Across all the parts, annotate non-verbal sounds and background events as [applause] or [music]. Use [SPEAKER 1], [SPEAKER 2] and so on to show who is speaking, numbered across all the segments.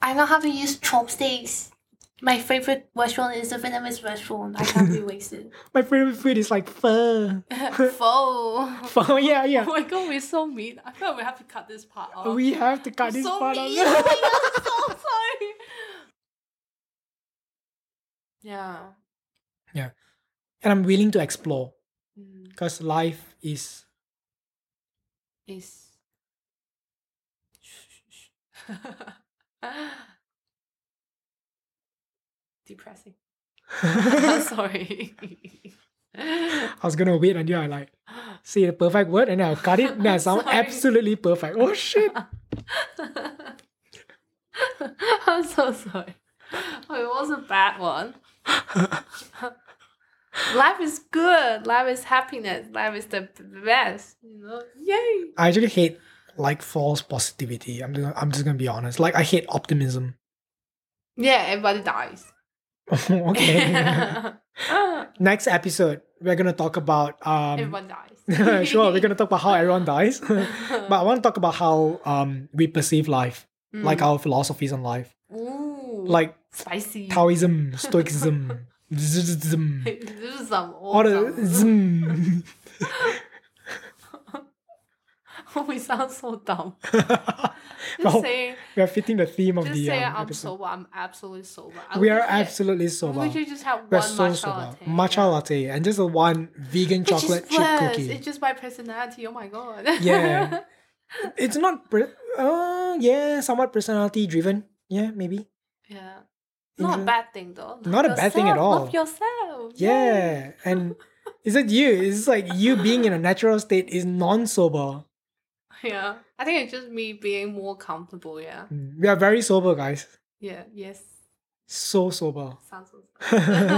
[SPEAKER 1] I know how to use chopsticks. My favorite restaurant is the Vietnamese restaurant. I can't be wasted. [laughs]
[SPEAKER 2] My favorite food is like
[SPEAKER 3] [laughs]
[SPEAKER 2] pho.
[SPEAKER 1] Pho.
[SPEAKER 2] Pho, yeah,
[SPEAKER 3] Oh
[SPEAKER 2] yeah.
[SPEAKER 3] my god, [laughs] we're so mean. I feel like we have to cut this part off.
[SPEAKER 2] We have to [laughs] cut this
[SPEAKER 3] so
[SPEAKER 2] part
[SPEAKER 3] mean.
[SPEAKER 2] out.
[SPEAKER 3] [laughs] I'm so sorry. Yeah.
[SPEAKER 2] [laughs] And I'm willing to explore
[SPEAKER 3] Mm,
[SPEAKER 2] because life is [laughs]
[SPEAKER 3] It's. [laughs]
[SPEAKER 2] [laughs]
[SPEAKER 3] Depressing.
[SPEAKER 2] I
[SPEAKER 3] sorry. [laughs]
[SPEAKER 2] was gonna wait until I like see the perfect word and then I'll cut
[SPEAKER 3] [laughs]
[SPEAKER 2] it. That sounds
[SPEAKER 3] Sorry.
[SPEAKER 2] absolutely perfect. Oh
[SPEAKER 3] [laughs]
[SPEAKER 2] shit.
[SPEAKER 3] I'm so sorry. Oh, it was a bad one. [laughs] life is good. Life is happiness. Life is the best. You know, yay.
[SPEAKER 2] I actually hate like false positivity. I'm just, I'm just gonna be honest. Like I hate optimism. [laughs]
[SPEAKER 3] Yeah, everybody dies. [laughs]
[SPEAKER 2] okay. Next episode, we're gonna talk about um.
[SPEAKER 3] everyone dies.
[SPEAKER 2] [laughs] sure,
[SPEAKER 3] [laughs]
[SPEAKER 2] we're gonna talk about how everyone dies, but I want to talk about how um we perceive life, like our philosophies on life,
[SPEAKER 3] Mm. Ooh,
[SPEAKER 2] like
[SPEAKER 3] spicy.
[SPEAKER 2] Taoism,
[SPEAKER 3] [laughs]
[SPEAKER 2] Stoicism, Zzzzm,
[SPEAKER 3] this is some
[SPEAKER 2] all the
[SPEAKER 3] awesome.
[SPEAKER 2] Zm.
[SPEAKER 3] [laughs] we sound so
[SPEAKER 2] [laughs]
[SPEAKER 3] dumb. Just
[SPEAKER 2] Well,
[SPEAKER 3] saying,
[SPEAKER 2] [laughs] we are fitting the theme of
[SPEAKER 3] just
[SPEAKER 2] the
[SPEAKER 3] saying
[SPEAKER 2] um,
[SPEAKER 3] I'm
[SPEAKER 2] episode.
[SPEAKER 3] sober. I'm absolutely sober. I
[SPEAKER 2] we are
[SPEAKER 3] literally-
[SPEAKER 2] absolutely
[SPEAKER 3] I
[SPEAKER 2] sober.
[SPEAKER 3] literally just have
[SPEAKER 2] We're
[SPEAKER 3] one
[SPEAKER 2] so
[SPEAKER 3] matcha
[SPEAKER 2] sober.
[SPEAKER 3] latte.
[SPEAKER 2] Matcha latte and just the one vegan
[SPEAKER 3] It's just
[SPEAKER 2] chocolate chip
[SPEAKER 3] worse.
[SPEAKER 2] cookie.
[SPEAKER 3] It's just my personality. Oh my god.
[SPEAKER 2] Yeah. it's not pre- uh yeah somewhat personality driven yeah maybe
[SPEAKER 3] [laughs] yeah. Not a
[SPEAKER 2] Inter-
[SPEAKER 3] bad thing though. Love
[SPEAKER 2] Not a bad thing at
[SPEAKER 3] yourself,
[SPEAKER 2] all.
[SPEAKER 3] Love yourself. Yay.
[SPEAKER 2] yeah and is it you it's like you being in a natural state is non-sober
[SPEAKER 3] Yeah. I think it's just me being more comfortable. Yeah.
[SPEAKER 2] Mm, we are very sober guys
[SPEAKER 3] Yeah. Yes.
[SPEAKER 2] so
[SPEAKER 3] [laughs]
[SPEAKER 2] sober
[SPEAKER 3] Sounds so.
[SPEAKER 2] [laughs]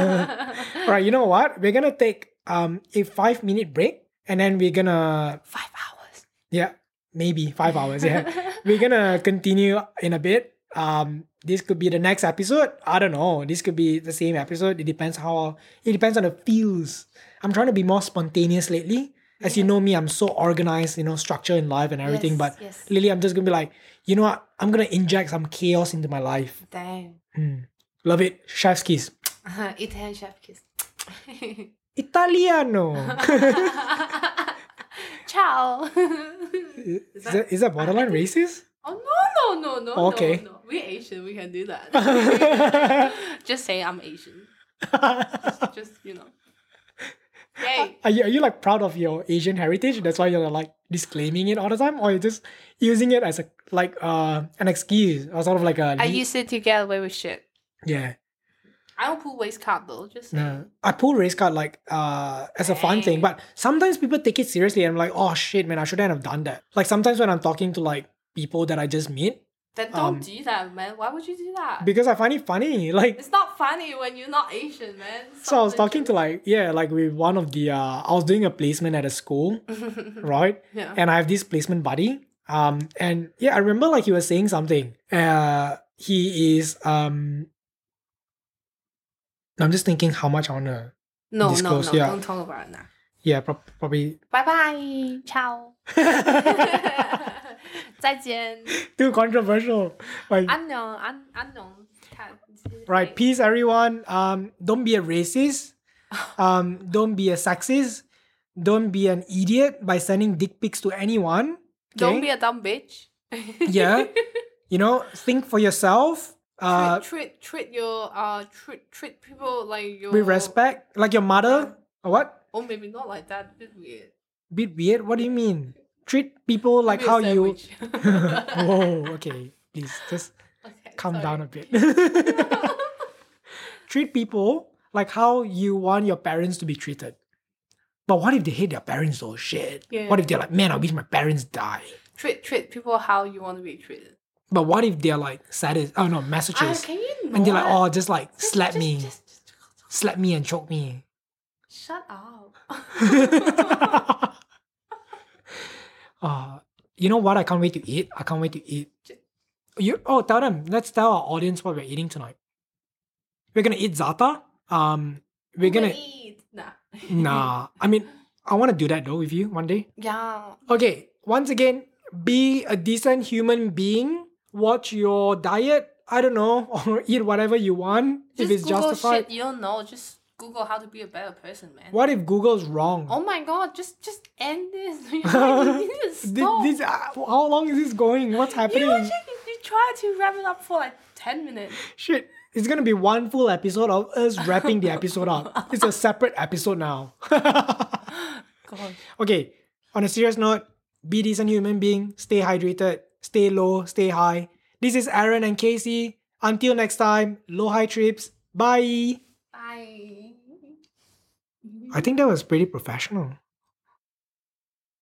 [SPEAKER 2] right you know what we're gonna take um a five minute break and then we're gonna
[SPEAKER 3] Five hours.
[SPEAKER 2] yeah maybe five hours
[SPEAKER 3] [laughs]
[SPEAKER 2] yeah we're gonna continue in a bit um this could be the next episode i don't know this could be the same episode it depends how it depends on the feels i'm trying to be more spontaneous lately as you know me i'm so organized you know structure in life and everything
[SPEAKER 3] Yes,
[SPEAKER 2] but
[SPEAKER 3] yes.
[SPEAKER 2] lately i'm just gonna be like you know what i'm gonna inject some chaos into my life
[SPEAKER 3] Damn.
[SPEAKER 2] Hmm. love it chef's kiss
[SPEAKER 3] [laughs] Italian chef kiss.
[SPEAKER 2] italiano
[SPEAKER 3] Ciao.
[SPEAKER 2] is, that, is that borderline racist
[SPEAKER 3] [laughs]
[SPEAKER 2] [laughs]
[SPEAKER 3] oh no no no no
[SPEAKER 2] Okay.
[SPEAKER 3] no no. We're Asian. We can do
[SPEAKER 2] [laughs]
[SPEAKER 3] that. just say I'm Asian. Just you know. Yay.
[SPEAKER 2] Are you, are you like proud of your Asian heritage? That's why you're like disclaiming it all the time, or you're just using it as a like uh an excuse or sort of like a
[SPEAKER 3] I
[SPEAKER 2] le-
[SPEAKER 3] used it to get away with shit.
[SPEAKER 2] yeah.
[SPEAKER 3] I don't pull waste card though. Just saying.
[SPEAKER 2] No. I pull race card like uh as a fun thing, but sometimes people take it seriously and I'm like, oh shit, man, I shouldn't have done that. Like sometimes when I'm talking to like people that I just meet,
[SPEAKER 3] Then
[SPEAKER 2] Um,
[SPEAKER 3] don't do that, man. Why would you do that?
[SPEAKER 2] because I find it funny. [laughs] Like
[SPEAKER 3] it's not funny when you're not Asian, man.
[SPEAKER 2] so I was talking to like yeah, like with one of the uh I was doing a placement at a school, right?
[SPEAKER 3] [laughs] yeah.
[SPEAKER 2] and I have this placement buddy. Um, and yeah, I remember like he was saying something. Uh, he is um. I'm just thinking how much I wanna.
[SPEAKER 3] No, no,
[SPEAKER 2] disclose,
[SPEAKER 3] no.
[SPEAKER 2] yeah.
[SPEAKER 3] Don't talk about it now. [laughs]
[SPEAKER 2] Yeah, prob- probably. [laughs]
[SPEAKER 1] Bye bye. Ciao. 再见。
[SPEAKER 2] Too controversial. Like,
[SPEAKER 3] unknown, un, unknown. Can't-
[SPEAKER 2] right? Peace, everyone. Um, don't be a racist. Um, don't be a sexist. Don't be an idiot by sending dick pics to anyone.
[SPEAKER 3] Don't be a dumb bitch.
[SPEAKER 2] yeah. You know, think for yourself. Uh,
[SPEAKER 3] [laughs] treat, treat treat your uh treat treat people like your
[SPEAKER 2] with respect, like your mother or what?
[SPEAKER 3] Or maybe not like that. Bit weird.
[SPEAKER 2] bit weird. What do you mean? Treat people like
[SPEAKER 3] Maybe a
[SPEAKER 2] how you.
[SPEAKER 3] sandwich.
[SPEAKER 2] [laughs]
[SPEAKER 3] [laughs]
[SPEAKER 2] Whoa, okay. Please just
[SPEAKER 3] okay,
[SPEAKER 2] calm
[SPEAKER 3] sorry.
[SPEAKER 2] down a
[SPEAKER 3] [laughs]
[SPEAKER 2] bit. Treat people like how you want your parents to be treated. But what if they hate their parents though? Shit.
[SPEAKER 3] Yeah.
[SPEAKER 2] What if they're like, man, I wish my parents die.
[SPEAKER 3] Treat treat people how you want to be treated.
[SPEAKER 2] But what if they're like sadist? Oh no,
[SPEAKER 3] Ah,
[SPEAKER 2] messages.
[SPEAKER 3] can you
[SPEAKER 2] and they're like,
[SPEAKER 3] not?
[SPEAKER 2] oh, just like
[SPEAKER 3] Just-
[SPEAKER 2] slap
[SPEAKER 3] just-
[SPEAKER 2] me,
[SPEAKER 3] just- just-
[SPEAKER 2] slap me and choke me.
[SPEAKER 3] Shut up. [laughs]
[SPEAKER 2] uh, you know what? I can't wait to eat. I can't wait to eat. You oh, tell them. Let's tell our audience what we're eating tonight. We're gonna eat za'atar. Um, [laughs] we're gonna
[SPEAKER 3] eat. Nah.
[SPEAKER 2] [laughs] nah. I mean, I want to do that though with you one day.
[SPEAKER 3] Yeah.
[SPEAKER 2] Okay. Once again, be a decent human being. Watch your diet. I don't know, [laughs] or eat whatever you want if
[SPEAKER 3] Just
[SPEAKER 2] it's
[SPEAKER 3] Google
[SPEAKER 2] justified.
[SPEAKER 3] shit you don't know. Just Google how to be a better person, man.
[SPEAKER 2] What if Google's wrong?
[SPEAKER 3] Oh my god! Just just end this. [laughs] You need to
[SPEAKER 2] Thi-
[SPEAKER 3] stop.
[SPEAKER 2] [laughs] this, uh, how long is this going? What's
[SPEAKER 3] you
[SPEAKER 2] happening?
[SPEAKER 3] know, you, you try to wrap it up for like ten minutes.
[SPEAKER 2] Shit, it's gonna be one full episode of us wrapping the episode
[SPEAKER 3] [laughs]
[SPEAKER 2] up. It's a separate episode now. [laughs]
[SPEAKER 3] Gosh.
[SPEAKER 2] okay, on a serious note, be decent human being, stay hydrated, stay low, stay high. This is Aaron and Casey. Until next time, low high trips. Bye.
[SPEAKER 3] Bye.
[SPEAKER 2] I think that was pretty professional.